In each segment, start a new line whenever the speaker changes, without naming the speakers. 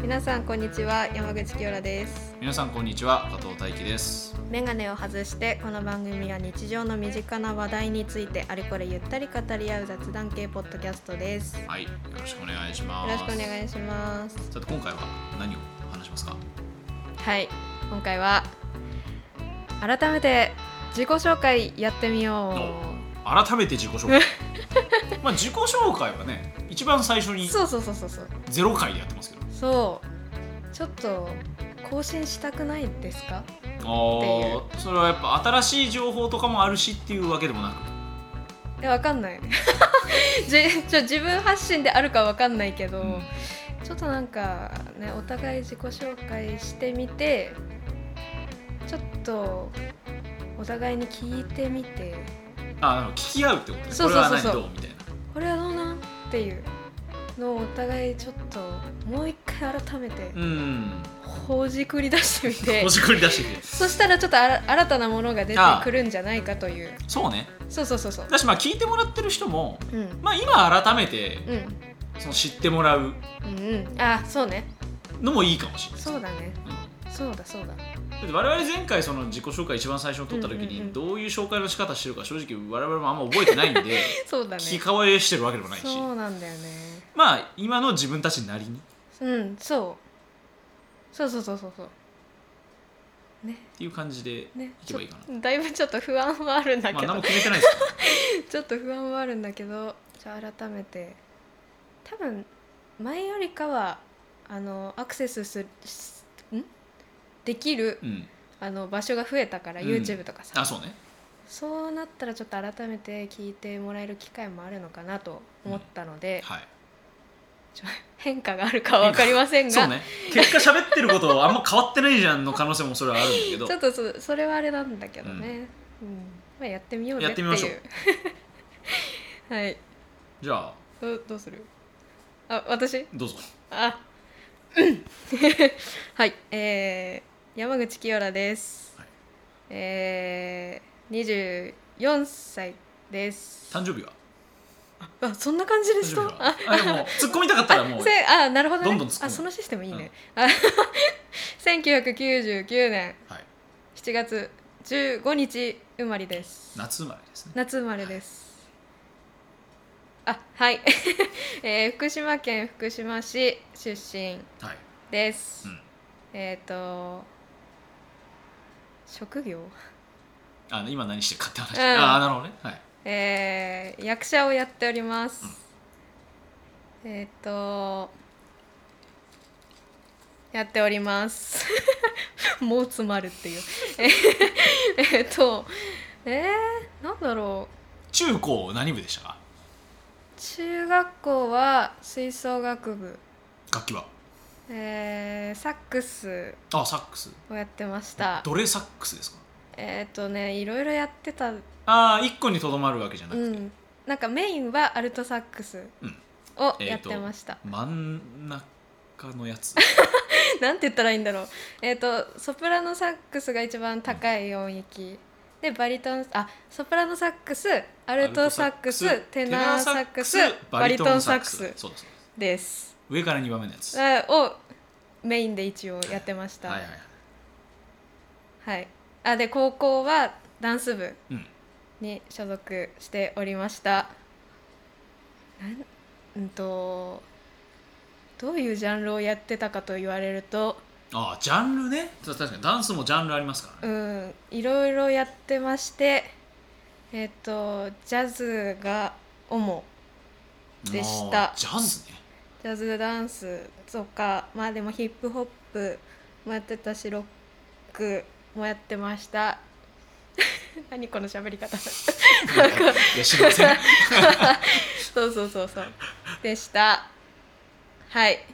皆さんこんにちは山口清良です
皆さんこんにちは加藤大輝です
メガネを外してこの番組は日常の身近な話題についてあれこれゆったり語り合う雑談系ポッドキャストですよ
はいよろしくお願いします
ろしくお願いします
さて今回は何を話しますか
はい今回は改めて自己紹介やってみよ
改めて自己 紹介まあ自己紹介はね一番最初
う
に
そうそうそうそうそう
ゼロ回でやってますけど
そうちょっと更新したくないですか
ああそれはやっぱ新しい情報とかもあるしっていうわけでもなく
えわかんない じちょ自分発信であるかわかんないけど、
うん
ちょっとなんかねお互い自己紹介してみてちょっとお互いに聞いてみて
ああの聞き合うってことね
そうそうそうそう
これは何どうみたいな
これはどうなんっていうのをお互いちょっともう一回改めて
うん
ほじくり出してみて
おしくり出してきて
そしたらちょっとあら新たなものが出てくるんじゃないかという
そうね
そうそうそうそう
だしまあ聞いてもらってる人も
うん
まあ今改めて
うん
その知ってもらう
うんうんあそうね
のもいいかもしれない
そうだね
うん
そうだそうだ
だって我々前回その自己紹介一番最初に撮った時
うんうんう
に
ん
どういう紹介の仕方してるか正直我々もあんま覚えてないんで
そうだね
聞き換えしてるわけでもないし
そうなんだよね
まあ今の自分たちなりにっ
うんそうそうそうそうそうそうね
ていう感じで
ね
いけばいいかな
ちょだいぶちょっと不安はあるんだ
まあ
けど、
何も決めてないです けど
ちょっと不安はあるんだけどじゃあ改めて多分前よりかはあのアクセスするすんできる
うん
あの場所が増えたから、
うん
YouTube とかさ
あそうね
そうなったらちょっと改めて聞いてもらえる機会もあるのかなと思ったので、
はい
変化があるかは分かりませんが、
そうね結果喋ってることあんま変わってないじゃんの可能性もそれはあるんだけど
ちょっとそそれはあれなんだけどね、うんまあ、やってみようねっていう
やって み
はい
じゃあ
どどうするあ私
どうぞ
あ、 はい、えー、山口清良です。
はい
えー、二十四歳です。
誕生日は
あ、そんな感じで
誕生
し
日
た。
は
あ、
あでも突っ込みたかったらもう
せ、 あ、なるほどね。
どんどん突っ込む
あ、そのシステムいいね。あ、 千九百九十九年
はい
七月十五日生まれです。
夏生まれですね
夏生まれです。あ、はい、 えー、福島県福島市出身
はい
です。
うん
えっ、と職業、
あ今何してるかって話
うん
ああなるほどねはい
えー役者をやっております、えっ、とやっております もう詰まるっていう えーえーとえー、なんだろう
中高何部でしたか
中学校は吹奏楽部、
楽器は
えーサックス
あサックス
をやってました
どれサックスですか
えっ、とねいろいろやってた
ああ一個にとどまるわけじゃな
う
くて、
ん、なんかメインはアルトサックス
うん
を
えーと
やってました、
真ん中のやつ
なんて言ったらいいんだろうえっ、とソプラノサックスが一番高い音域でバリトンあソプラノサックスアルトサックス
アルト
テナーサックス
テナーサッ
バリトンサックス
そうですそうです
です
上から2番目のやつ、
あをメインで一応やってました
はいはいはい
はいあで高校はダンス部
うん
に所属しておりましたなんうんとどういうジャンルをやってたかと言われると
ああジャンルねそう確かにダンスもジャンルありますから
う
ね、
んいろいろやってましてえっ、とジャズが主でした
ああジャズね
ジャズダンスとかまあでもヒップホップもやってたしロックもやってました 何この喋り方
いや知りません
そうそうそうそうでしたはい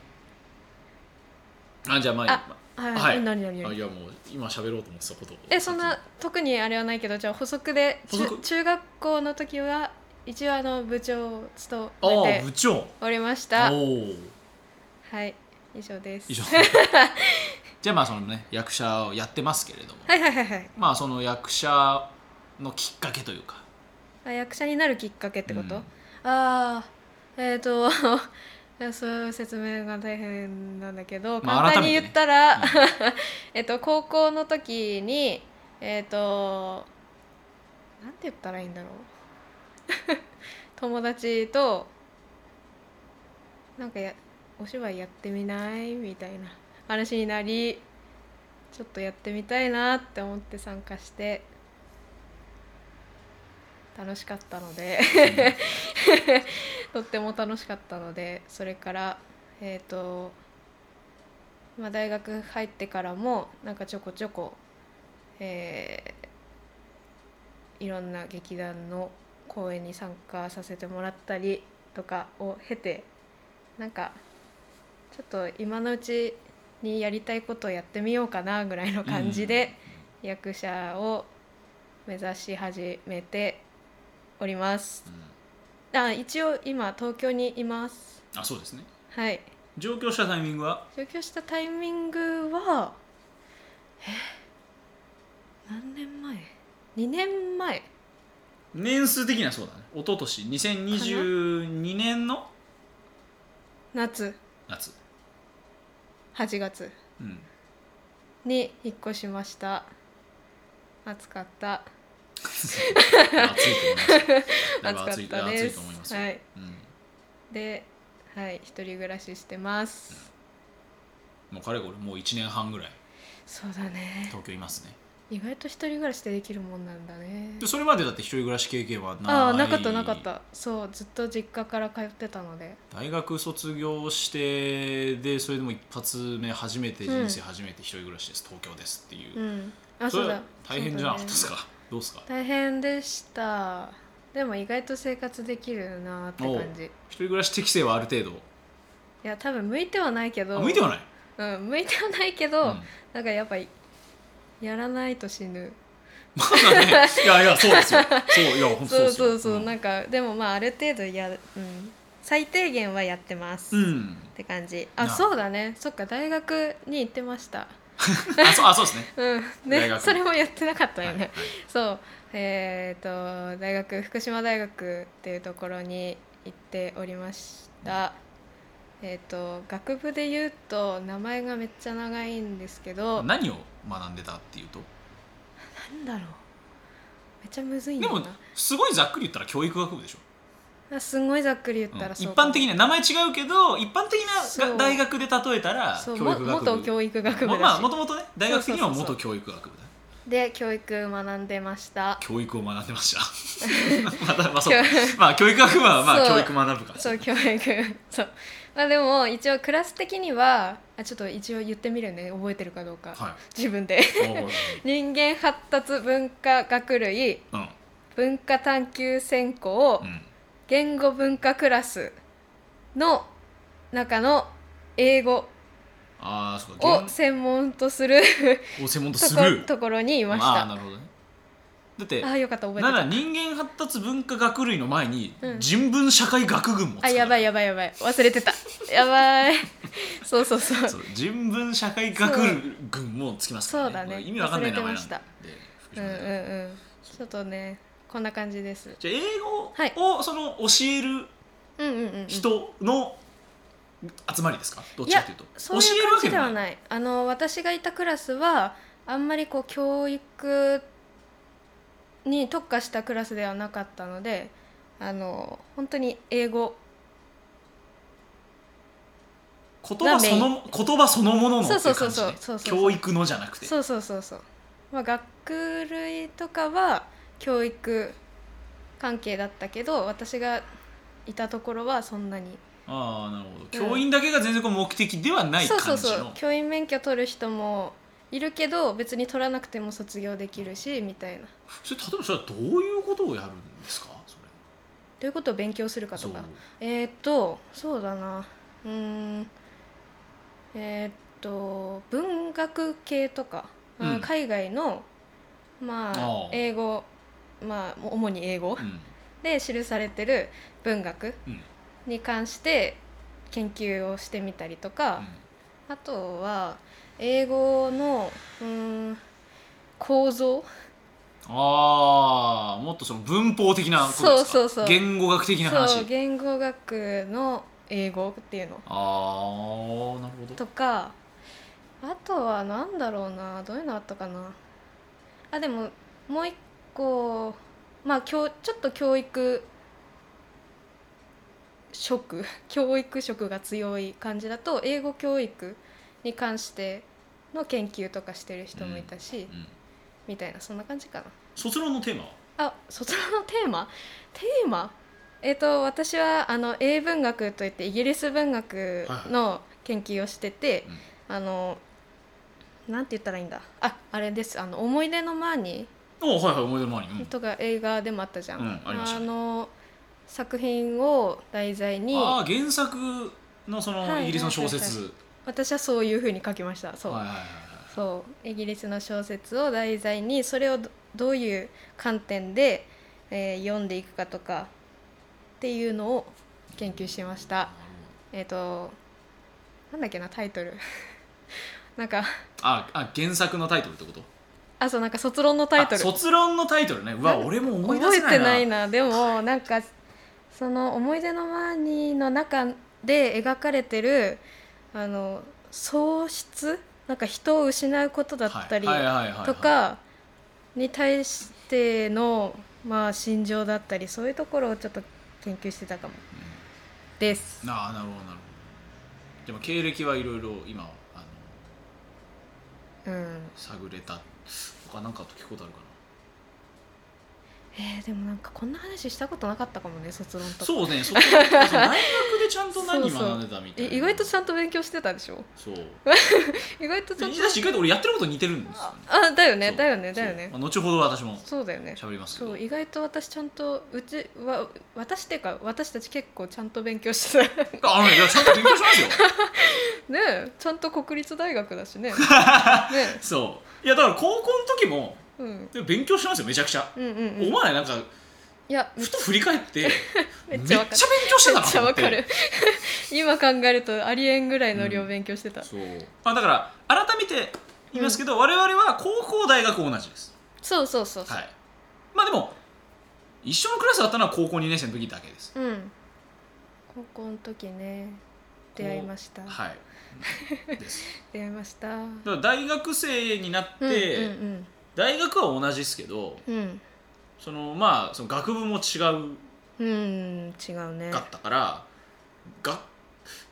あじゃあまあ
あはい、
はい
え何何
あい
何
やもう今喋ろうと思ってたことを
えそんな特にあれはないけどじゃあ補足でちゅ
補足
中学校の時は一応あの部長を務
あ
め
あ
て
部長
おりまし
お
た
お
はい、以上です。
以上じゃあまあそのね役者をやってますけれども
はいはいはいはい。
まあその役者のきっかけという か
あ役者になるきっかけってこと？
うん
ああ、えっ、と いやそういう説明が大変なんだけど
まあ
簡単に
改めてね
言ったら、
うん
えっと、高校の時にえっとなんて言ったらいいんだろう 友達となんかやお芝居やってみないみたいな話になりちょっとやってみたいなって思って参加して楽しかったので とっても楽しかったのでそれからえっ、と、まあ、大学入ってからもなんかちょこちょこ、えーいろんな劇団の公演に参加させてもらったりとかを経てなんかちょっと今のうちにやりたいことをやってみようかなぐらいの感じで役者を目指し始めております
う。ん
あ一応今東京にいます
あそうですね
はい
上京したタイミングは
上京したタイミングはえ何年前2年前
年数的にはそうだね一昨年2022年の
夏
夏
8月
うん
に引っ越しました暑かった
暑いと思います。だいぶ
暑か
暑
っ
い
たで
暑いと
す
思いますよ。
はい
うん、
ではい一人暮らししてます
もうかれこれもう一年半ぐらい
そうだね
東京いますね。
意外と一人暮らしでできるもんなんだね
でそれまでだって一人暮らし経験はない。
ああなかったなかっ。たそうずっと実家から通ってたので
大学卒業してでそれでも一発目初めて人生初めて一人暮らしです、東京ですっていう
う。んあ
そ
そ
れ
うだ
大変じゃなか
そ
っ
うだ
たで
ね
すか。どうですか。
大変でしたでも意外と生活できるなって感じい
一人暮らし適性はある程
や多分向いてはないけ
度。
ど
あ向いてはない。
うん、向いてはないけ
う
ど、
ん
なんかやっぱりやらないと死ぬ
まだ ね。いやいやそうですよ。そういや本当
そう
ですよ
そうそう、
ん
なんかでもまあある程度や、うん、最低限はやってます、
う
っ
ん。
て感じあ
な
そうだねそっか大学に行ってました
あそうあそうですね。
うん
大
ね
学
それもやってなかったよ
はい
ね、そうえっ、と大学福島大学っていうところに行っておりました、えっ、と学部で言うと名前がめっちゃ長いんですけどな
何を学んでたっていうと。
んだろうめっちゃむずいん
で
だ
も
な
すごいざっくり言ったら教育学部でしょ、
あすごいざっくり言っ
うん
たら
一
そう、
般的な名前違うけど一般的な
そ
が
う
大学で例えたら
そ
教
う
育
も
学部
元教育学部だし、
ままあもともとね大学的には
そうそうそ
元
う
教育学部だね
で教育学んでました
教育を学んでました またまあそうまあ教育学部はまあ
そう
教育学ぶから
そう教育 そうまあでも一応クラス的にはあちょっと一応言ってみるね覚えてるかどうか、
は
自分で
いおー
人間発達文化学類
うん
文化探究専攻
うん
言語文化クラスの中の英語
ああそうか
を専門とする
を専門と
と
す
こ
る
ところにいまし
ああ
た。
なるほどねだって
ああよかった覚え
な
て
ら
た。
人間発達文化学類の前に
うん
人文社会学群もつくか
あ
ら
やばいやばいやばい忘れてた。やばい。そうそうそう。
そう人文社会学群もつきますから
そ
ね
うだね
これ意味わかんない名前
忘れてま
なん
し
で
た
福
う
島
んうん
大
う
学
ん。ちょっとねこんな感じです。
じゃあ英語を、
はい
その教える
うんうんうんうん。
人の集まりですかどっ
い
ちか
や
というと
そういう感じでは
教えるわけでもない
ないあの私がいたクラスはあんまりこう教育に特化したクラスではなかったのであの本当に英語
言葉その言葉そのもののってい
そううそ
感
う
じ
そう
ね
そうそうそう
教育のじゃなくて
そうそうそうそう、まあ、学類とかは教育関係だったけど私がいたところはそんなに
ああなるほど教員だけが全然こう目的ではない
そ
感
う
じ
そ
の
うそう教員免許取る人もいるけど別に取らなくても卒業できるしみたいな
それ例えばそれはどういうことをやるんですかそれ
ということを勉強するかと
そう
かえーっとそうだなうーんえーっと文学系とか、あー
うん
海外のま
あ
あ
ー
英語まあもう主に英語
うん
で記されてる文学
うん
に関して研究をしてみたりとか、あとは英語のうーん構造
ああもっとその文法的なことですか
そうそうそう
言語学的な話
そう言語学の英語っていうの
ああなるほど
とかあとは何だろうなどういうのあったかなあでももう一個まあ教ちょっと教育色 教育色が強い感じだと英語教育に関しての研究とかしてる人もいたし、
うん
みたいなそんな感じかな。
卒論のテーマは
あ、卒論のテーマテーマえっ、と私はあの英文学といってイギリス文学の研究をしてて、あのなんて言ったらいいんだああれですあの思い出のマーニ
おはいはい思い出の前に、うん
ーとか映画でもあったじゃん、
うんありましたね
の作品を題材に
ああ原作のそ
は
の
い
イギリスの小説
私はそういうふうに書きましたそう、
はいはいはいはい
そうイギリスの小説を題材にそれをどどういう観点で、えー読んでいくかとかっていうのを研究しましたえっ、となんだっけなタイトル なんか
ああ原作のタイトルってこと
あそうなんか卒論のタイトル
あ卒論のタイトルねうわ
なん
俺も思い出
覚
せ
え
な
て
いな
ないなでもなんかその「思い出のマーニー」の中で描かれてるあの喪失なんか人を失うことだったり、
はいはいはいはいはい
とかに対しての、まあ、心情だったりそういうところをちょっと研究してたかもです。
ああなるほどなるほどでも経歴はいろいろ今あの
うん、
探れた他なんか聞くことあるか
えーでもなんかこんな話したことなかったかもね卒論と
な
か
そうねそこそう大学でちゃんと何
そうそう
学んでたみたいな
え意外とちゃんと勉強してたでしょ
そう
意外とちゃんと
だし意外と俺やってること似てるんですよね
あだよね
そう
だよねだよね
そうまあ後ほど私も
そうだよね
喋ります
そ
けど
う意外と私ちゃんとうちは私っていうか私たち結構ちゃんと勉強してた
あのねいやちゃんと勉強しますよ
ねえちゃんと国立大学だし ねねえ
そういやだから高校の時も
うん、
勉強しますよめちゃくちゃ、
うんうんうん
お前なんか
いやめ
ふと振り返って
め
め
っ
っ
ち
ち
ゃ
ゃ
わ
勉
かる
強して
め
たな
っ
と
ちゃ
思
わ
って
かる今考えるとありえんぐらいの量勉強してた、
そう、まあ、だから改めて言いますけど、我々は高校大学同じです
そうそうそうそう、
はいまあでも一緒のクラスだったのは高校2年生の時だけです
うん高校の時ね出会いました
はいうんです
出会いましたうん
だから大学生になって、
うん
大学は同じですけど
うんうん
そのまあその学部も違う
うん違うね
かったから、が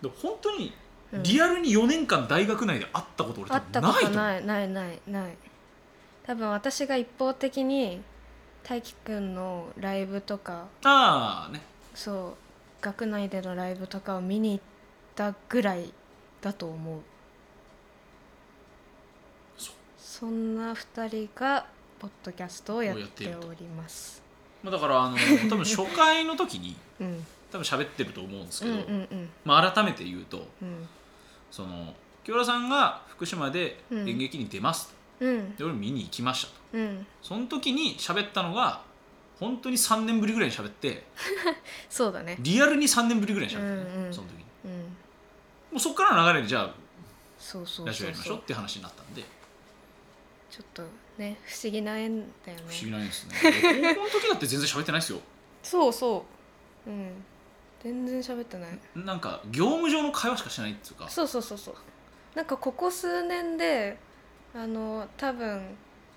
で本当に
うん
リアルに4年間大学内で会ったこと俺
会
多
った
分
こ
ない
と
と思う
ないないないない多分私が一方的に大輝くんのライブとか
ああね
そう学内でのライブとかを見に行ったぐらいだと思う
そう
そんな2人がポッドキャストをやっ
をやってい
て
ると
おります
まあだからあの多分初回の時に
うん
多分喋ってると思うんです
う
け
んう
ど、
んうん
まあ、改めて言うと
うん
その清原さんが福島で
うん
演劇に出ますと、
うん
で俺見に行きましたと
うん
その時に喋ったのが本当に3年ぶりぐらいに喋って
そうだね
リアルに3年ぶりぐらいに喋った、ね
うんうん
その時に
うん
もうそっからの流れでじゃあ
そうそう
ラジ
そ
オや
う
りまし
そ
ょう
う
って話になったんで
ちょっとね不思議な縁だよね
不思議なんですね俺高校の時だって全然喋ってないですよ
そうそううん全然喋ってない
なんか業務上の会話しかしてないっていうか
そうそうそうそうなんかここ数年であの多分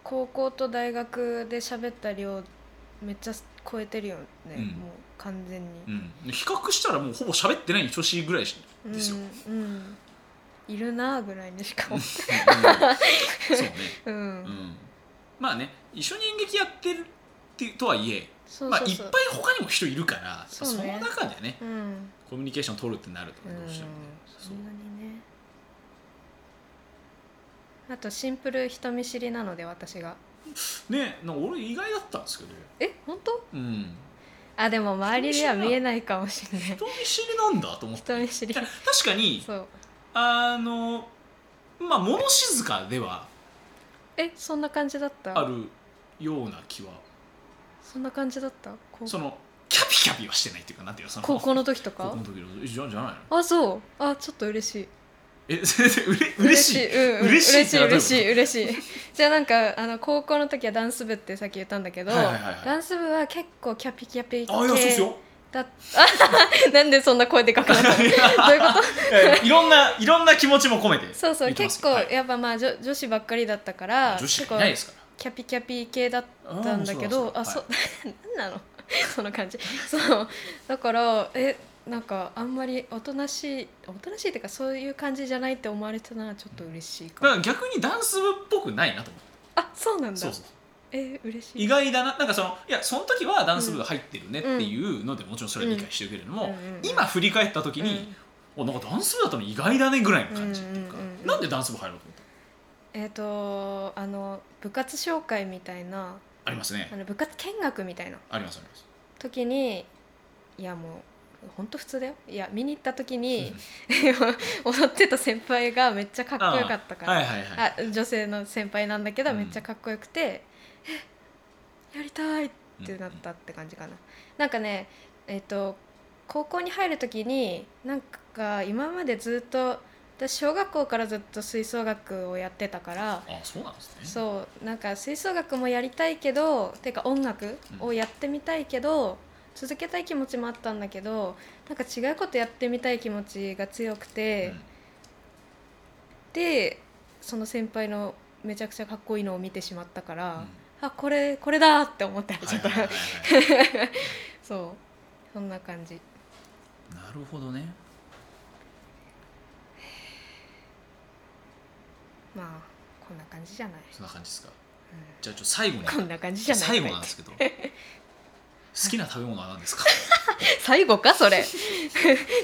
高校と大学で喋った量めっちゃ超えてるよね、
うん
もう完全に、
うん、比較したらもうほぼ喋ってないに等しいぐらい
うん、
ですよ、
うんいるなあぐらいにしかも
そう ね、
うん、
うん、まあね一緒に演劇やってるってとはいえ
そう
まあ、い
そ
っ
う
ぱい
そう、
他にも人いるからそ,、
そうね
の中でね
うん
コミュニケーション取るってなるとねどうしてもね、
そ
そ
んな
う
にねあとシンプル人見知りなので私が
ねなんか俺意外だったんですけど、
え本当
うん、
あでも周りでは見えないかもしれない
人見知りなんだと思っ
人
て
見知
い
り
や確かに
そう
あのまあ物静かでは
えそんな感じだった
あるような気は
そんな感じだった高
そのキャピキャピはしてないっていうかなんていうかその
高校の時と
高
か
校の時のえじゃじゃないの
あそうあちょっと嬉しい
え先生うれ嬉しい
うんうん、
嬉しい
嬉し
っ
い
てなる
嬉しい嬉しいじゃあなんかあの高校の時はダンス部ってさっき言ったんだけど、
はいはいはいはい
ダンス部は結構キャピキャピ
あいやそうです
系
よ
だ なんでそんな声でかくなったのどういうこと
えーいろんないろんな気持ちも込めて
そうそう
言ってます
結構、
はい
やっぱまあ女女子ばっかりだったから
女子し
結構
かいないですから
キャピキャピ系だったんだけど
あ
あ
ーそ
そうう、 なんなのその感じそうだからえなんかあんまりおとなしいおとなしいっていうかそういう感じじゃないって思われてたのはちょっと嬉しいか
だ
も
から逆にダンス部っぽくないなと思って
あそうなんだ
そうそう
え嬉しい
意外だななんかそのいやその時はダンス部が入ってるねっていうので、もちろんそれは理解してるけれども、
うんうん
今振り返った時に、おなんかダンス部だったの意外だねぐらいの感じっていうか、
うんうんうんうん
なんでダンス部入ろうと思っ
えっ、とあの部活紹介みたいな
たありますね
あの部活見学みたいな
ありますあります
時にいやもうほんと普通だよいや見に行った時に 踊ってた先輩がめっちゃかっこよかったから、
はいはいはい
あ女性の先輩なんだけど
うん
めっちゃかっこよくて、えやりたいってなったって感じかな、なんかねえっ、と高校に入る時になんか今までずっと私小学校からずっと吹奏楽をやってたから
あそうなんですね
そうなんか吹奏楽もやりたいけどてか音楽をやってみたいけど、続けたい気持ちもあったんだけどなんか違うことやってみたい気持ちが強くて、
うん
でその先輩のめちゃくちゃかっこいいのを見てしまったか
うん
ら、あこれこれだって思って
は
ち
い
ょっと、
はいはいはい
そうそんな感じ
なるほどね
まあこんな感じじゃない、
そんな感じですか
う
じゃあちょっと最後に
んこんな感じじゃない
最後なんですけど好きな食べ物は何ですか
最後かそ れ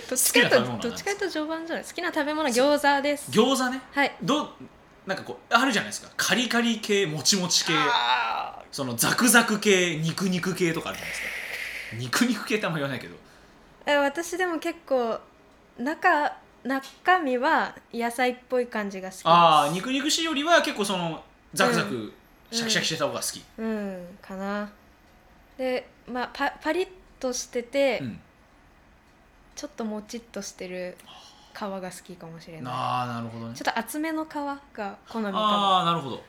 どっちかと
好きな食べ物なんです
どっちかと序盤じゃない好きな食べ物餃子です
餃子ね
はい
どうなんかこうあるじゃないですかカリカリ系もちもち系
あ
そのザクザク系肉肉系とかあるじゃないですか肉肉系ってあんま言わないけど
ーえ私でも結構中中身は野菜っぽい感じが好きです
ああ肉肉しいよりは結構そのザクザクシャキシャキしてた方が好き、
うんかなでまあパパリッとしてて、
うん
ちょっともちっとしてる皮が好きかもしれな
ああなるほどね
いちょっと厚めの皮が好みかも
ああなるほど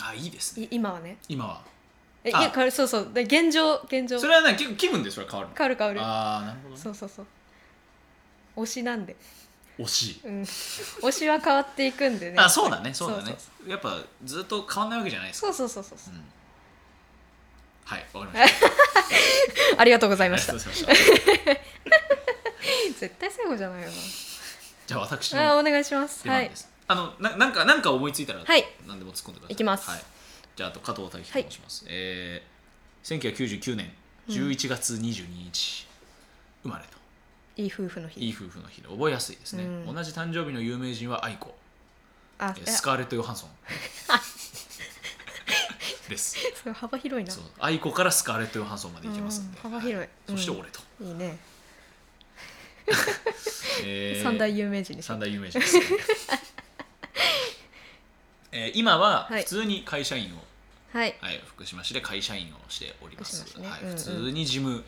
ああいいですね
い今はね
今は
えい
あ
や変わるそうそうで現状現状
そ
変
れはね結構気分でそれは変わるの
わる変わる
ああなるほど、ね
そうそうそう推しなんで、
惜しい
うん、推しは変わっていくんでね
あそうだねそうだね
そ
やっぱずっと変わんないわけじゃないですか
そうそうそうそうそう
うんはいわかりました
ありがとうございまし
あ
た
りがとうございました
絶対最後じゃないよ
じゃあ私
なあ
の
お願いします
出
は
番
い
です、あのななんかなんか思いついたら
はい
何でも突っ込んでください
いきます
はい、じゃああと加藤大輝と申します、えー、1999年11月22日、生まれと
いい夫婦の日
いい夫婦の日で覚えやすいですね、
うん
同じ誕生日の有名人は愛子
あ
えー
え
スカーレット・ヨハ ンソンです
そう幅広いな
そう愛子からスカーレット・ヨハンソンまでいけますんで、
うん幅広い
そして俺と、
いいね、
えー
三大有名人でしょ
三大有名人で す、ねえー今は
はい
普通に会社員を、
はい
はい福島市で会社員をしております
福島市ね
はい
うんうん
普通に事務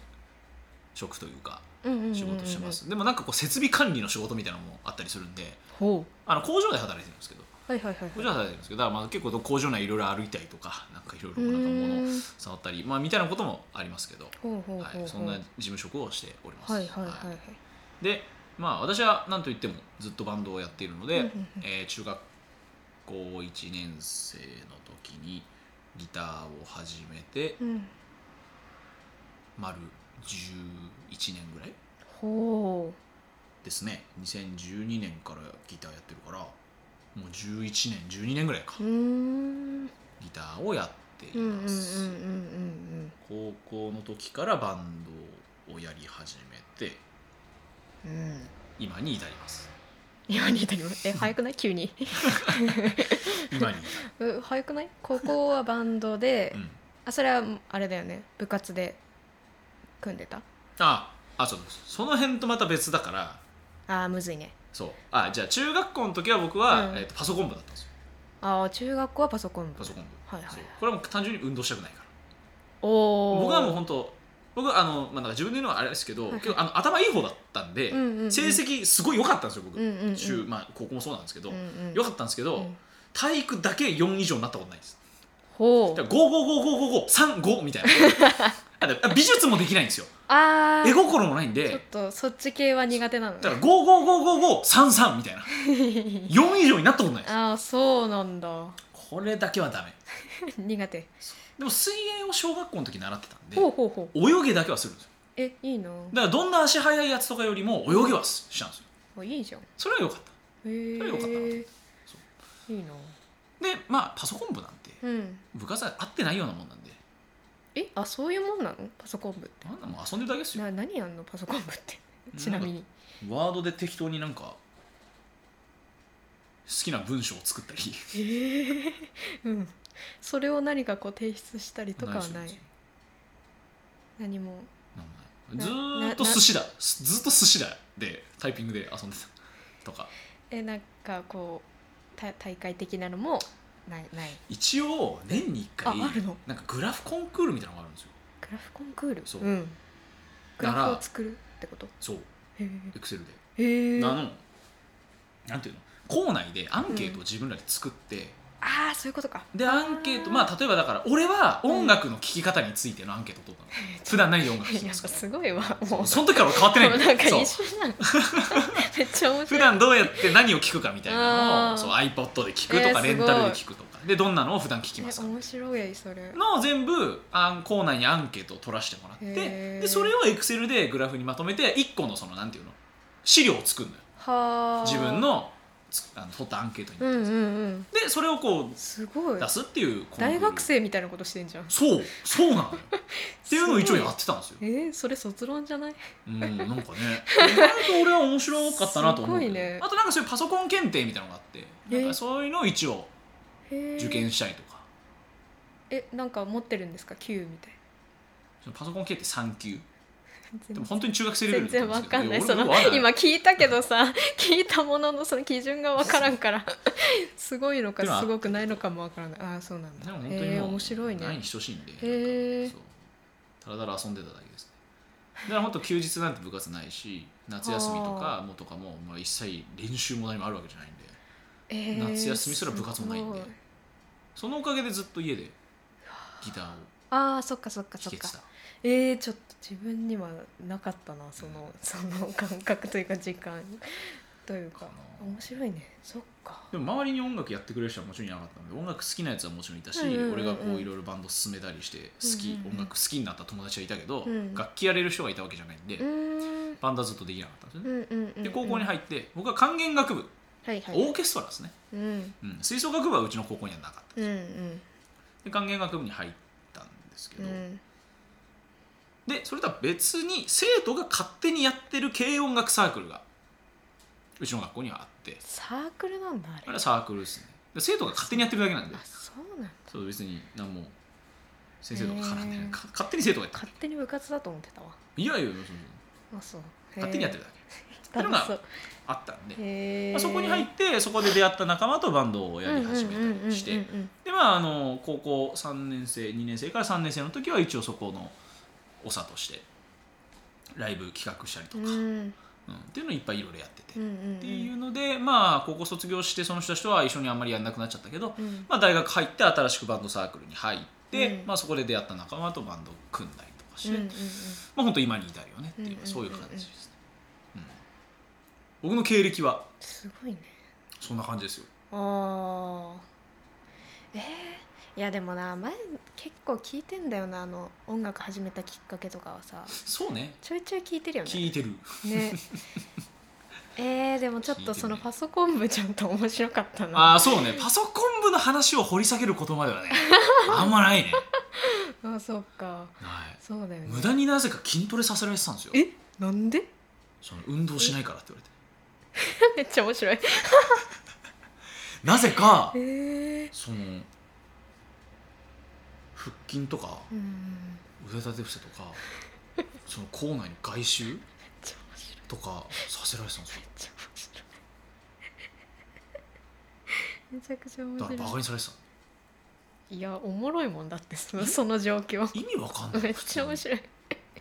職というか
うんうんうんうん
仕事してます、でもなんかこう設備管理の仕事みたいなのもあったりするんで
ほ
あの工場で働いてるんですけど
うはいはいはい
工場で働いてるんですけどだからまあ結構工場内いろいろ歩いたりとかなんかいろいろなんか
う
物
ーん
触ったり、まあ、みたいなこともありますけど、
ほうほうほう
は
ほう、
い、そんな事務職をしております。
はいはいはいはい
でまあ私は何と言ってもずっとバンドをやっているので、
うんうんうん
えー中学校1年生の時にギターを始めて
うん
丸11年ぐらい
ほ
ですね2012年からギターやってるからもう11年12年ぐらいか
ううーん
ギターをやってい
うんうんうんうんう
ま
んう
す、
ん
高校の時からバンドをやり始めて
うん
今に至り ます
今に至りますえ早くない急に
今に至
う早くない高校はバンドで、
る、うん、
あそれはあれだよね部活で組んでた
ああそうですその辺とまた別だから
あーむずいね
そうあじゃあ中学校の時は僕は、
うん
えー、とパソコン部だったんですよ
ああ中学校はパソコン部
パソコン部、
はいはい
そうこれはもう単純に運動したくないから
おお
僕はもう本当僕はあの、まあ、なんか自分で言うのはあれですけど、
はいはい
結構あの頭いい方だったんで、
うんうんうん
成績すごい良かったんですよ僕、
うんうんうん
中まあ、高校もそうなんですけど、
うんうん
良かったんですけど、
うん
体育だけ4以上になったことないです
ほ
だ
う
から5555553みたいなあで美術もできないんですよ
ああ
絵心もないん
ちょっ
で
とそっち系は苦手なの
だから
ね
5555533みたいな 4以上になったことないです
ああそうなんだ
これだけはダメ
苦手
でも水泳を小学校の時習ってたんで
ほうほうほう
泳ぎだけはするんですよ
えいいの
だからどんな足速いやつとかよりも泳ぎはしたんですよ
あいいじゃんへ
それは良かった
え
それよかったなそ
いいな
でまあパソコン部なんて
うん
部活は合ってないようなもんなんで
えあそういうもんなのパソコン部って
あんなもん遊んでるだけですよ
な何やんのパソコン部ってちなみに
んかワードで適当になんか好きな文章を作ったり
うんそれを何かこう提出したりとかは
何
な
も
い何も
ないずーっと寿司だすずーっと寿司だでタイピングで遊んでたとか
えなんかこうた大会的なのもないない
一応年に1回
ああるの
なんかグラフコンクールみたいなのがあるんですよ
グラフコンクール、
そうん
グ
だ
ラ
から
フを作るってこと
そう
へ
エクセルで
えへ
あ
え
のなんていうの校内でアンケートを自分らで作って、
ああそういうことか
でアンケートまあ例えばだから俺は音楽の聴き方についてのアンケートを取ったの、普段何で音楽聴き
や
ま
っ
す
ぱ
か
すごいわも
そう
う
その時から俺変わっ てない
もう
んだ
なんか
よ
一
そう
緒じゃんめっちゃ面白い
普段どうやって何を聴くかみたいなの
あー
をそう iPod で聴くと
えーすご
か
い
レンタルで聴くとかでどんなのを普段聴きます
え
か
面白いそれ
のを全部あん校内にアンケートを取らせてもらって
へー
でそれを Excel でグラフにまとめて1個のそのなんていうの資料を作るのよ
はあ
自分のつあの取ったアンケートに
うんうんうん
でそれをこう
すごい
出すっていうコンクール
大学生みたいなことしてんじゃん
そうそうなのよっていうのを一応やってたんですよ
えー、それ卒論じゃない
うんなんかね意外と俺は面白かったなと思うけ
す
ど
ごいね
あとなんかそういうパソコン検定みたいなのがあって
え
なんかそういうのを一応
へー
受験したりとか、
えなんか持ってるんですか Q みたい
そのパソコン検定3級
な全
で
然
も本当に中学生レベル
全然わかんない
だ
そ
と
の
思うんですけど
今
や俺もよくわかんないっ
聞いたけどさ聞いたもののその基準がわからんからすごいのかすごくないのかもわからないああーそうなんだ
でも本当に
えー、
もう
面白いね
ないに等しいんで
へー
そうただだら遊んでただけですねだから本当休日なんて部活ないし夏休みと
あ
かもうとかも、まあ、一切練習も何もあるわけじゃないんで
えー
夏休みすら部活もないんです
ご
そのおかげでずっと家でギターを
ああそっかそっかそ
弾
っ
けて
か
た
えー、ちょっと自分にはなかったなそのその感覚というか時間という
か
か
な
面白いねそっか
でも周りに音楽やってくれる人はもちろんいなかったので音楽好きなやつはもちろんいたし、
うんうんうんうん
俺がこういろいろバンド進めたりして好
う
き、
んうんうん
音楽好きになった友達はいたけど、
うん
楽器やれる人がいたわけじゃないんで、
うーん
バンドはずっとできなかったんですよ
う
ね、
んうんうん
で高校に入って僕は管弦楽部、
はいはい
オーケストラですね、
うん
うん、吹奏楽部はうちの高校にはなかった
うんうん
で管弦楽部に入ったんですけ
う
ど、
ん
でそれとは別に生徒が勝手にやってる軽音楽サークルがうちの学校にはあって
サークルなんだあれ
あれはサークルですねで生徒が勝手にやってるだけなんで
あそうなんだ
そう別に何も先生とか絡んでない、か勝手に生徒がやってる
勝手に部活だと思ってたわ
いやいやそうそう
あそう
勝手にやって
る
るだ
へ
け
ー
ってのが
楽しそう
あったんで、
へ
まあ、そこに入ってそこで出会った仲間とバンドをやり始めたりして、でまああの高校3年生2年生から3年生の時は一応そこの長としてライブ企画したりと
う
か、
ん
う
うん
ん
うん
っていうのをいっぱいいろいろやってて、
うんうんうん
っていうのでまあ高校卒業してその人たちとは一緒にあんまりやんなくなっちゃったけど、
うん
まあ、大学入って新しくバンドサークルに入って、
うん
まあ、そこで出会った仲間とバンドを組んだりとかし
う
て、
んうんうん
まあ本当今に至るよねっていう、
うんうんうん
そういう感じですね、うん僕の経歴は
すごいね
そんな感じですよ
あーえー、いやでもな前結構聞いてんだよなあの音楽始めたきっかけとかはさ
そうね
ちょいちょい聞いてるよね
聞いてる
ね えー、でもちょっとそのパソコン部ちゃんと面白かったな
ああそうねパソコン部の話を掘り下げることまで はねあんまないね、
あそうか
はい、
そうだよね
無駄になぜか筋トレさせられてたんですよ
えなんで
その運動しないからって言われて
めっちゃ面白い
なぜか
えー、
その腹筋とか
うん
腕立て伏せと かその校内の外周
めっちゃ面白い
とかさせられてたんですよ
めっちゃ面白いめちゃくちゃ面
だからバカ
白
にされてた
いいやおもろいもんだってそのその状況
意味わかんない
めっちゃ面白い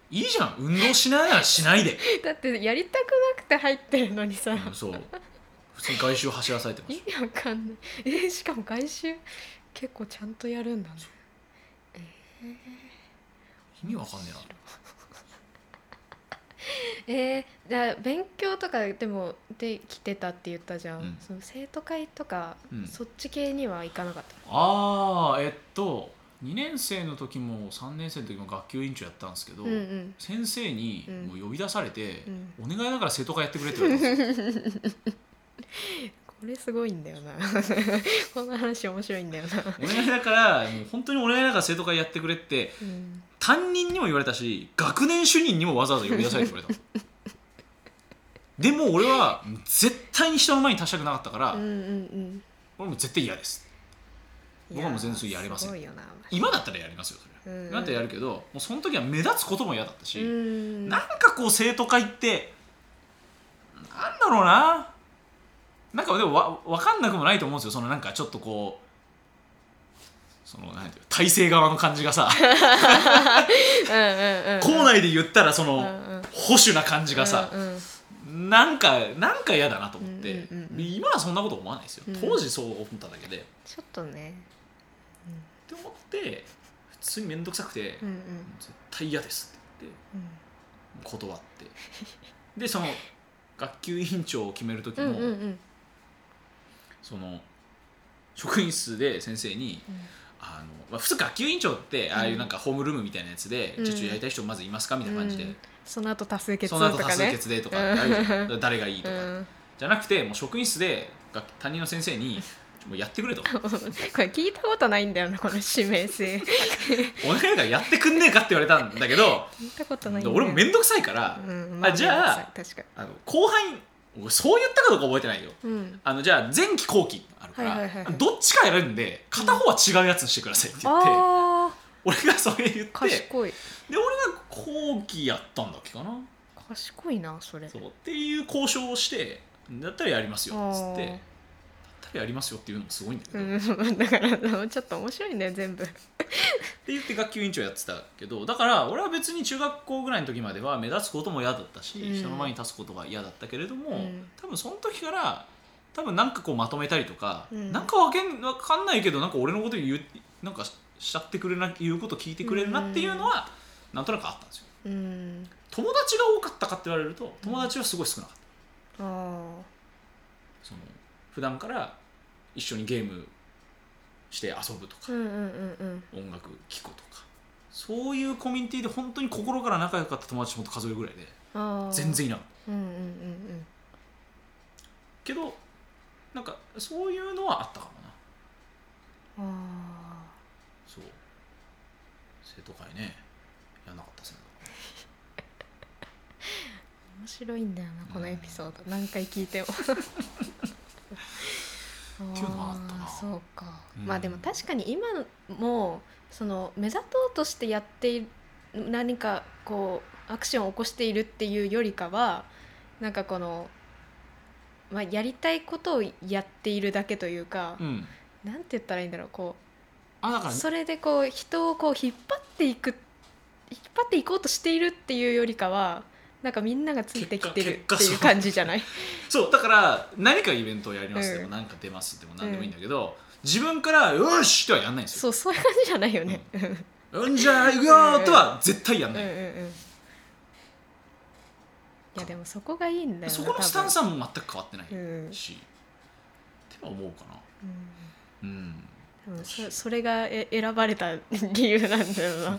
いいじゃん運動しないならしないで、
だってやりたくなくて入ってるのにさ
うんそう普通に外周走らされてま
意
し
味わかんないえー、しかも外周結構ちゃんとやるんだね
た意味わかんねえな
えー、じゃあ勉強とかでもできてたって言ったじゃん、
うん
その生徒会とか、
うん
そっち系には行かなかった
あーえっと2年生の時も3年生の時も学級委員長やったんですけど、
うんうん
先生に
うん
もう呼び出されて、
うん
お願いだから生徒会やってくれって言われたん ですよ
これすごいんだよ なこの話面白いんだよな、
お願いだからもう本当にお願いだから生徒会やってくれって
うん、
担任にも言われたし学年主任にもわざわざ呼び出されて言われた でも俺は絶対に人の前に立ちたくなかったから、
うんうん
俺も絶対嫌です
うん
僕はもう全然やれません
いやーすごいよな
今だったらやりますよそれは、
うん
今だったらやるけどもうその時は目立つことも嫌だったし、
うん
なんかこう生徒会ってなんだろうななんかでもわ分かんなくもないと思うんですよそのなんかちょっとこうそのなんていう体制側の感じが さ
うんうんうん
校内で言ったらその、
うんうん
保守な感じがさ、
うんうん
なんかなんか嫌だなと思って、
うんうんうんうん
今はそんなこと思わないですよ、
うん
当時そう思っただけでっ
ちょっとね
て思って普通に面倒くさくて、
うんうん
絶対嫌ですって言って断ってでその学級委員長を決める時
う
も、
んうんうんうん
その職員室で先生にあの、まあ、普通学級委員長ってああいうなんかホームルームみたいなやつで、
うん
じゃあちょっとやりたい人まずいますかみたいな感じで、
うんその後多数決
そ
と
の後多
か
数
ね
決でとかってあるじゃん誰がいいと
う
か、
ん
じゃなくてもう職員室で学担任の先生にもうやってくれと
これ聞いたことないんだよなこの指名 制
お願いだからやってくんねえかって言われたんだけ ど
聞いたことないんだよ
俺も面倒くさいから、
うん
あじゃあ
確か
あの後輩俺そう言ったかどうか覚えてないよ
にうん
あのじゃあ前期後期あるから、
はいはいはいはい
どっちかやるんで片方は違うやつにしてくださいって言って、
ああ
俺がそれ言って
賢い
で俺が後期やったんだっけかな
賢いなそれ
そうっていう交渉をしてだったらやりますよっつって
あー
だったらやりますよっていうのもすごいんだけど、
う
っ
んだからあのちょっと面白いね全部
て言って学級委員長やってたけどだから俺は別に中学校ぐらいの時までは目立つことも嫌だったし、
うん
人の前に立つことが嫌だったけれども、
うん
多分その時から多分なんかこうまとめたりとか、
うん
なんかわけんわかんないけどなんか俺のこと言うなんかししちゃってくれな言うこと聞いてくれるなっていうのは、なんとなくあったんですよ。
うん
友達が多かったかって言われると友達はすごい少なかっ
あ
た。その普段から一緒にゲームして遊ぶと
あう
か、
んうんうんうん
音楽聴くとかそういうコミュニティで本当に心から仲良かった友達もっと数えるぐらいで
あー
全然いなかった
うんうんうん
けどなんかそういうのはあったかもな
うんあ
そう生徒会ねやんなかった生徒会
あ面白いんだよなこのエピソード何回聞い ても
ていうのはあったな
ーそうか、
うん
まあでも確かに今もその目立とうとしてやっている何かこうアクションを起こしているっていうよりかはなんかこの、まあ、やりたいことをやっているだけというか、
うん
なんて言ったらいいんだろうこう
あだから
それでこう人をこう引っ張っていく引っ張っていこうとしているっていうよりかはなんかみんながついてきてる
結果
って
結
いう
果
感じじ ゃない
そうだから何かイベントをやりますでも
うん
何か出ますでも何でもいいんだけど、自分から「よし!」とはやんないんです
そ
よ。
うそういう感じじゃないよね。うんうん
うんじゃあ行くよーとは絶対やん
うんう
ない。
んいやでもそこがいいんだよな
そこのスタンス
多
はもう全く変わってない
分うん
し、っては思うかなうん、
うんうんそそれがえ選ばれた理由なんだよな。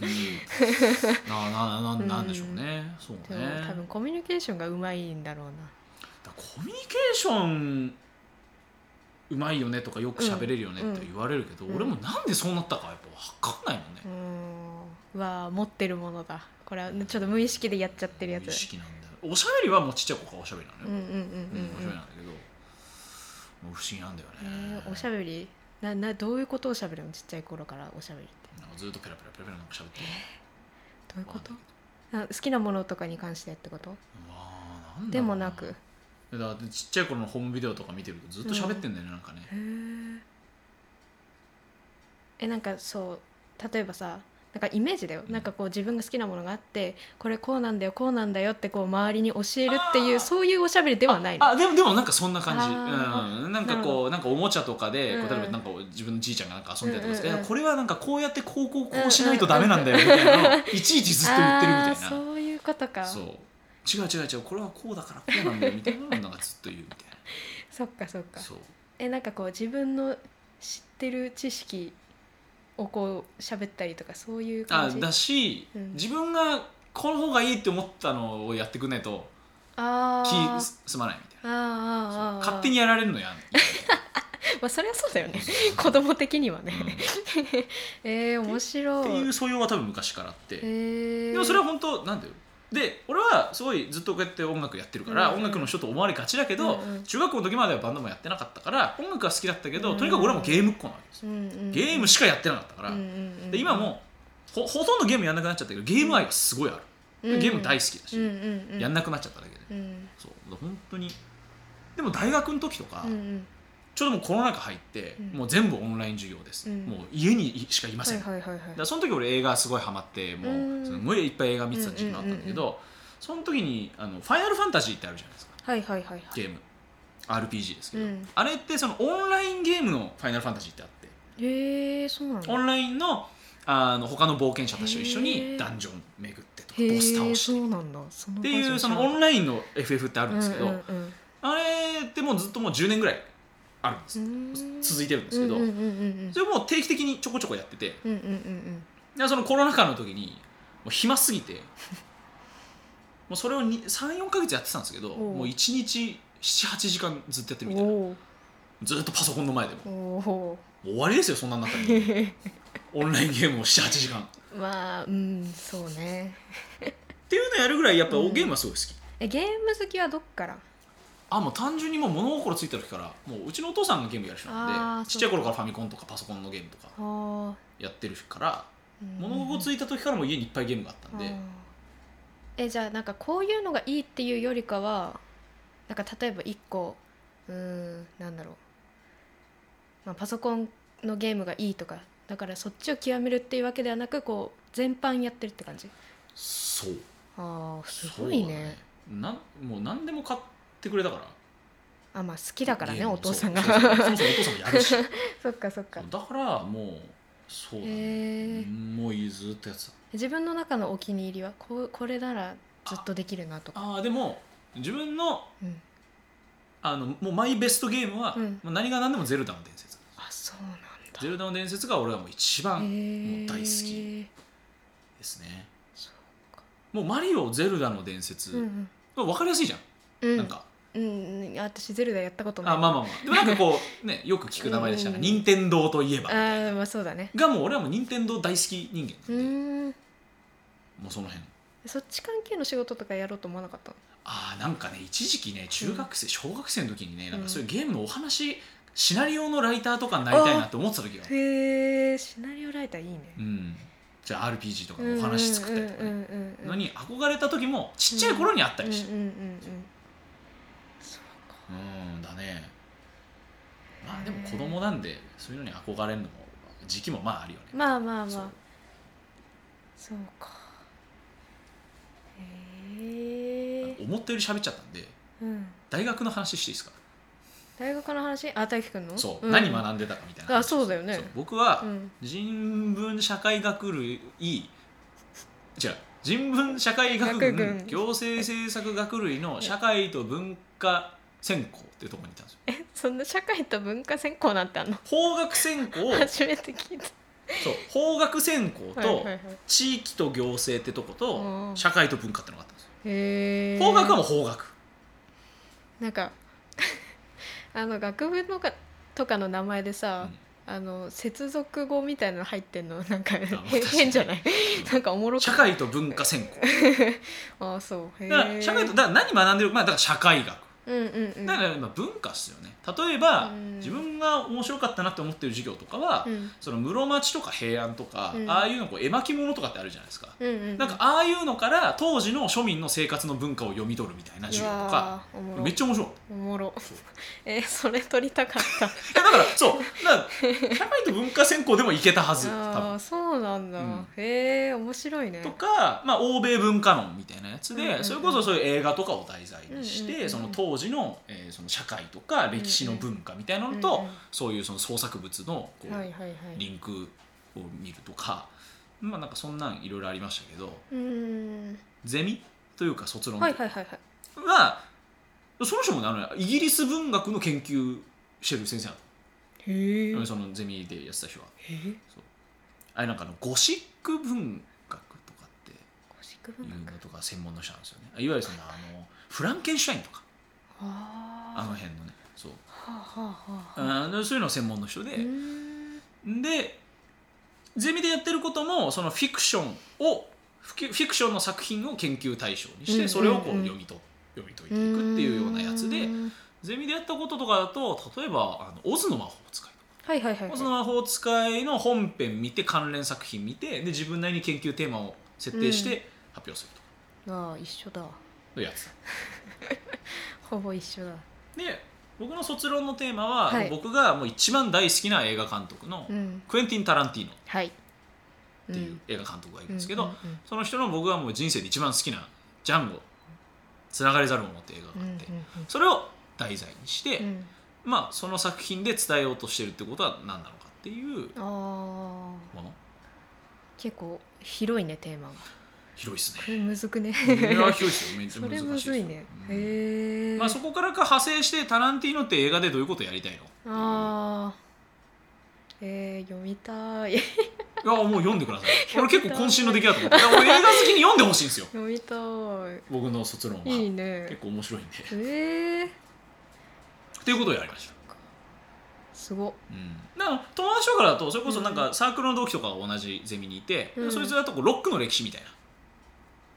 ななな
うん
なんでしょうね、そう
で
ね
も多分コミュニケーションがうまいんだろうな。
だコミュニケーションうまいよねとかよく喋れるよねって言われるけど、
うん
俺もなんでそうなったかやっぱ分かんないもんね
う、んは持ってるものだ。これはちょっと無意識でやっちゃってるや
無
つ
意。識なんだよおしゃべりはもうちっちゃい子からおしゃべりな
うん
の
うんうん
よ、
うん
お
う
しゃべ
ん
り。なんだけどもう不思議なんだよね、
えーおしゃべりななどういうことをしゃべるのちっちゃい頃からおしゃべりって
なんかずっとペラペラペラペラなんか喋ってる
どういうことあ好きなものとかに関してってこと
うわーなんだ
で
ろう
もなくへ
だからちっちゃい頃のホームビデオとか見てるとずっと喋ってんだよね、なんかね
ーえなんかそう例えばさなんかイメージだよ、
うん
なんかこう自分が好きなものがあってこれこうなんだよこうなんだよってこう周りに教えるってい
あー
うそういうおしゃべりではないの。
あでもでもなんかそんな感じ、
あ
うん、なんか
なる
こうなんかおもちゃとかで、こう
うん
例えばなんか自分のじいちゃんがなんか遊んでたりとかして、
うんうんうん
いやこれはなんかこうやってこうこうこうしないとダメなんだよみたいなのをいちいちずっと言ってるみ
あー
たいな
そういうことか
そう
そ
違う違う違うこれはこうだからこうなんだよみたいなのをなんかずっと言うみたい
っかそっ
な
か
そう
えなんかこう自分の知ってる知識をこう喋ったりとかそういう
あ
感じ
だし、
うん
自分がこの方がいいって思ったのをやってくんないと
あ
気
ー
すすまないみたい
あー
な
あーあー
そう勝手にやられるのや ん
まあそれはそうだよね
そうそうそう
子供的にはね、
うん
えー、面白
って
い
いう素養は多分昔からあって、
へえ
でもそれは本当なんだよで俺はすごいずっとこうやって音楽やってるから、
うんうん
音楽の人と思われがちだけど、
うんうん
中学校の時まではバンドもやってなかったから音楽は好きだったけど、
うん
とにかく俺はもうゲームっ子なわけですよ、
うんうん、
ゲームしかやってなかったから、
うんうんうん
で今もほほとんどゲームやんなくなっちゃったけどゲーム愛がすごいある、
うん
ゲーム大好きだし、
うんうんうん、
やんなくなっちゃっただけで、
うん
そうだから本当にでも大学の時とか、
うんうん
ちょうどもうコロナ禍入って、
うん
もう全部オンライン授業です、
うん
もう家にしかいません、
はいはいはいは
だ
い
からその時俺映画すごいハマってもう、
うん
その無理いっぱい映画見てた時期もあったんだけど、
う
その時にあの「ファイナルファンタジー」ってあるじゃないですか
はいはいはいはい
ゲーム RPG ですけど、
うん
あれってそのオンラインゲームの「ファイナルファンタジー」ってあって
へえそうなんだ
オンラインのあの他の冒険者たちと一緒
へ
に
ー
ダンジョン巡ってとか
へ
ボス倒
え
し
そ
て
うなんだその
っていうそのオン
イ
ラインの FF ってあるんですけど、
うんうん
あれってもうずっともう10年ぐらいあるんです、
うん、
続
い
いてるんですけど、
うんうんうんうん
それもう定期的にちょこちょこやってて
うんうんうん
でそのコロナ禍の時にもう暇すぎてもうそれを34か月やってたんですけど
おう
もう1日78時間ずっとやってる
うん
みたいな
お
ずっとパソコンの前でも
ーお
もう終わりですよそんなんなったら
ー
オンラインゲームを78時間っ
まあうんそうね
ていうのやるぐらいやっぱ
うん
ゲームはすごい好き、
えゲーム好きはどっから
あもう単純にもう物心ついた時からもううちのお父さんがゲームやる人
あ
なん
ー
でちっちゃい頃からファミコンとかパソコンのゲームとか
あ
やってるから
ー
物心ついた時からもう家にいっぱいゲームがあったんで
あーえじゃあなんかこういうのがいいっていうよりかはなんか例えば一個うーんなんだろう、まあ、パソコンのゲームがいいとかだからそっちを極めるっていうわけではなくこう全般やってるって感じ
そう
あーすごいね
そうだねなんもう何でも買ってくれたから
あまあ好きだから
ゲ
ね
ーム
お父さんが
そうそうそうそも
そ
そもお父さんもや るし
っかそっか
だからもうそうだね、
へえ
もうずっとやってた
自分の中のお気に入りはこうこれならずっとできるなとか
ああでも自分の
うん
あのもうマイベストゲームは、
うん
もう何が何でも「ゼルダの伝説
あそう」
ゼルダの伝説が俺はもう一
なんだへ
番
え
もう大好きですね
そうか
もうマリオゼルダの伝説、
うんうん
分かりやすいじゃん、
うん
なんか
うんうん、私ゼルダやったことない
あまあまあまあでもなんかこ うねよく聞く名前でした
うん
任天堂といえばみたいな
あーまあそうだね
がもう俺はもう任天堂大好き人間
う
なんで、
ーん
もうその辺
そっち関係の仕事とかやろうと思わなかったの
ああなんかね一時期ね中学生、小学生の時にねなん
う
か
ん
そういうゲームのお話シナリオのライターとかになりたいなって思ってた時がある
へえシナリオライターいいね
うんじゃあ RPG とかのお話作ったりとかね、
うんうんうん
のに憧れた時もちっちゃい頃にあったりして
うんうんうんうんそうか
うん,、だねまあでも子供なんでそういうのに憧れるのも時期もまああるよね、
まあまあまあ
そ
そううかへえ
思ったより喋っちゃったんで
うん
大学の話していいですか
大学の話あ大輝くんの
そう、
ん
何学んでたかみたいな話
あそうだよね
そう僕は、
うん
人文社会学類違う人文社会学
学
群
群
行政政策学類の社会と文化専攻っていうところにいたんですよ
えそんな社会と文化専攻なんてあんの
法学専攻
初めて聞いた
そう法学専攻
はいは
と
いはい
地域と行政ってとこ
う
と
ん
社会と文化ってのがあったんですよ
へえ
法学はもう 法学
なんか あの学部のかとかの名前でさ、あの接続語みたいなの入ってんのなんか
確か
変
に
変じゃないなんかおもろく
社会と文化専攻
ああそうへ
だから
え
社会とだから何学んでるまあだから社会学
うんうんうん
だからやっぱ文化っすよね例えば、
うん
自分が面白かったなって思ってる授業とかは、
うん
その室町とか平安とか、
うん
ああいうのこう絵巻物とかってあるじゃないですか、
うんうん
なんかああいうのから当時の庶民の生活の文化を読み取るみたいな授業と
う
か
わーおもろ
めっちゃ面白い
おもろえそれ撮りたかった
いやだからそうだから社会と文化専攻でもいけたはず多
あ
分
あそうなんだ、
うん
へえ面白いね
とか、まあ、欧米文化論みたいなやつで、
うんうんうん
それこそそういう映画とかを題材に
う
して、
んうんうん
その当時の,、えーその社会とか歴史の文化みたいなのと、
うんうん
そういうその創作物のこう、
はいはいはい
リンクを見るとかまあなんかそんなんいろいろありましたけど
うーん
ゼミというか卒論は、
はいはいはいはい
その人もねあのイギリス文学の研究してる先生な
へえ
の、そのゼミでやってた人は。
へえ
あれなんかあのゴシック文学とかって
ゴシック文
いうの
学
とか専門の人なんですよねいわゆるそのあのフランケンシュタインとか
あー
あの辺のねそう
はあはあはあ
あのそういうの専門の人
うー
で
ん
でゼミでやってることもそのフィクションをフィフィクションの作品を研究対象にし
う
て
ん
それをこ
うん
う
うん
読みと読み解いていくっていうようなやつ
う
で
ーん
ゼミでやったこととかだと例えば「あのオズの魔法使い」
はいはいはい
「オ
はい
ズの魔法使い」の本編見て関連作品見てで自分なりに研究テーマを設定して発表するとか
ああ一緒だ
のやつ
ほぼ一緒だ
で僕の卒論のテーマは、
はい
僕がもう一番大好きな映画監督の
うん
クエンティン・タランティーノっ
はいって
いう映画監督がいるんですけ
う
ど
んうん
その人の僕がもう人生で一番好きな「ジャンゴ」「つながれざる者」って映画
うん
が
う
あ
ん
ってそれを題材にして、
うんうん
まあその作品で伝えようとしてるってことは何なのかっていう
ああ
もの
結構広いねテーマが
広いっす
こ
ね。
れむずくね
いや広いっすよめっちゃ
そ
難
れ
しい
む
ですよ
ずいね
うん
へえ
まあ、そこからか派生してタランティーノって映画でどういうことやりたい
あー
の
えー、読みたい
いやもう読んでください俺結構渾身の出来だと思っていや俺映画好きに読んでほしいんですよ
読みたい
僕の卒論は。
いいね
結構面白いんで。
えー、
っていうことをやりました。
すごっ
うん、だから友達とかだとそれこそなんかサークルの同期とかが同じゼミにいて、
うん
そいつだとこうロックの歴史みたいな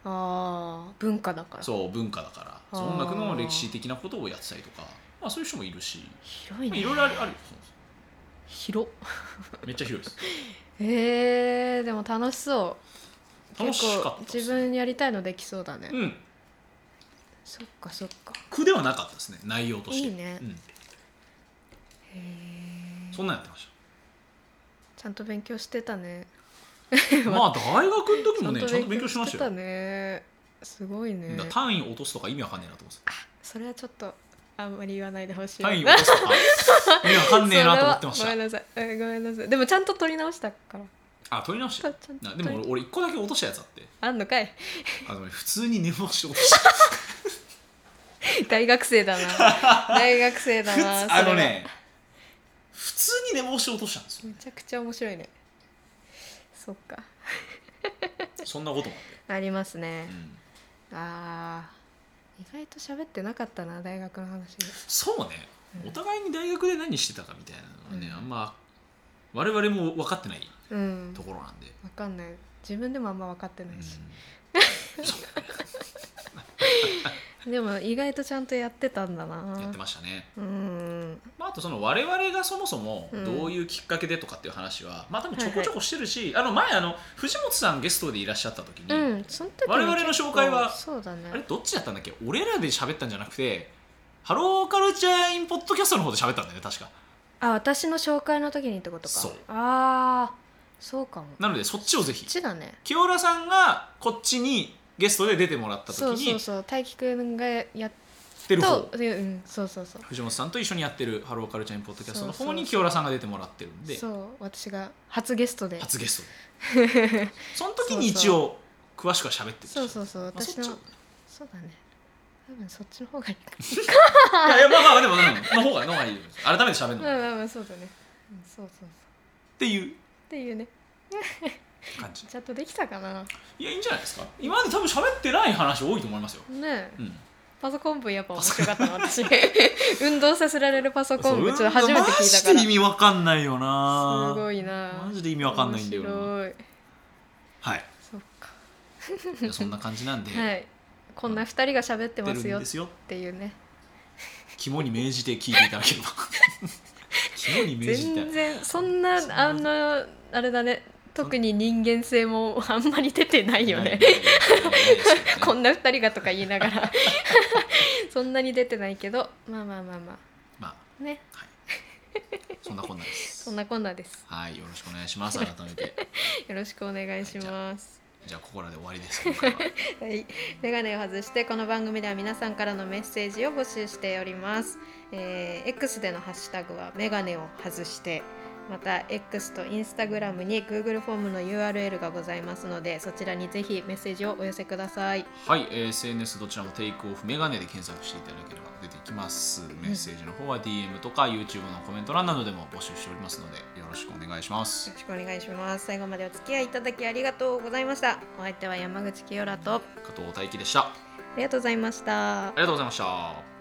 あー文化だから
そう文化だから
ー
そう音楽の歴史的なことをやってたりとか、まあ、そういう人もいるし、
広い
まあ
ね
いろいろあるあるよ
広っ
めっちゃ広いです
えー、でも楽しそう
楽しかった
結構
で
自
す、ね、
分やりたいのできそうだね、
うん
そっかそっか
苦ではなかったですね内容として
いいね
うん、
へえ
そんなんやってまし
ちゃんと勉強してたね
たまあ大学の時もねちゃんと勉強しま
て
し
た
たよ、
ねすごいね
だから単位落とすとか意味わかんねえなと思ってた
それはちょっとあんまり言わないでほしい
単位落とすとか意味わかんねえなと思ってま し
それはごめんな
た
さい、えーごめんなさいでもちゃんと取り直したから
あ取り直し
ちゃ
た
んちゃんと
なでも
取り
俺俺1個だけ落としたやつあって
あんのかい
あのね普通に寝坊して落とした
大学生 だな大学生だ
普
な
通あのね普通に寝坊して落としたんです
それ
よ
はめちゃくちゃ面白いねそっか
そんなこともあ
ありますね
って、うん
あー意外と喋ってなかったな大学の話
そうね
うん
お互いに大学で何してたかみたいなのはね、
うん
あんま我々も分かってない
うん
ところなんで、
わかんない自分でもあんま分かって
う
なんいし、
そう
でも意外とちゃんとやってたんだな
やってましたね、
うん
まあ、あとその我々がそもそも
うん
どういうきっかけでとかっていう話は、まあ多分ちょこちょこしてるし、あの前あの藤本さんゲストでいらっしゃった時に、
うんその時も
我々の紹介は
結構そうだね
あれどっちだったんだっけ俺らで喋ったんじゃなくてハローカルチャーインポッドキャストの方で喋ったんだよね確か
あ私の紹介の時にってことか
そう
ああそうかもこ
なのでそっちをぜひ
っちだね
清浦さんがこっちにゲストで出てもらった時
そう
に
そう
や
そう大樹くんがやっ
ってる方
とでうんそうそうそう
藤本さんと一緒にやってる「ハローカルチャーインポッドキャスト」の
そうそ
方
うそ
に
う
清浦さんが出てもらってるんで
そう私が初ゲストで
初ゲス トでその時に一応詳しくは喋ってる
そうそうそう
まあそ
私
っち
の
を
そうだね多分そっちの方がいいか
いやいやまあまあでもでもの方がの方がいいです改めて喋るの
まあ
っ
まあまあそうだねうんそうそうそう
ていう
っていうね
感じ
ちゃんとできたかない
やいいんじゃないですか今まで多分喋ってない話多いと思いますよ、
ねえ
うん、
パソコン部やっぱ面白かったな私 運動させられるパソコン部ちょっと初めて聞いたか
マジ
ら
で意味わかんないよな
すごいな
マジで意味わかんないんだよ
面
な
白い
はい
そっか
いやそんな感じなんで、
はい、こんな二人が喋って
出
ま
るん
すよっ
ですよ
ていうね。
肝に銘じて聞いていただけ れば肝に銘じて
全然そんな
そんな
あのあれだね特に人間性も あんまり出てないよね
ないないないですよね
こんな二人がとか言いながら そんなに出てないけどまあまあまあま
まあ
あね
はいそんなこんなです
そんなこんなです
はいよろしくお願いします改めて
よろしくお願いします
じゃあここらで終わりです今回は
はい、メガネを外してこの番組では皆さんからのメッセージを募集しております、えー X でのハッシュタグはメガネを外してまた X と Instagram に Google フォームの URL がございますのでそちらにぜひメッセージをお寄せください
はい、えー SNS どちらもテイクオフメガネで検索していただければ出てきます。メッセージの方は DM とか YouTube のコメント欄などでも募集しておりますのでよろしくお願いします
よ。ろしくお願いします最後までお付き合いいただきありがとうございましたお相手は山口清良とあ
加藤大輝でした。あ
りがとうございました
りがとうございました。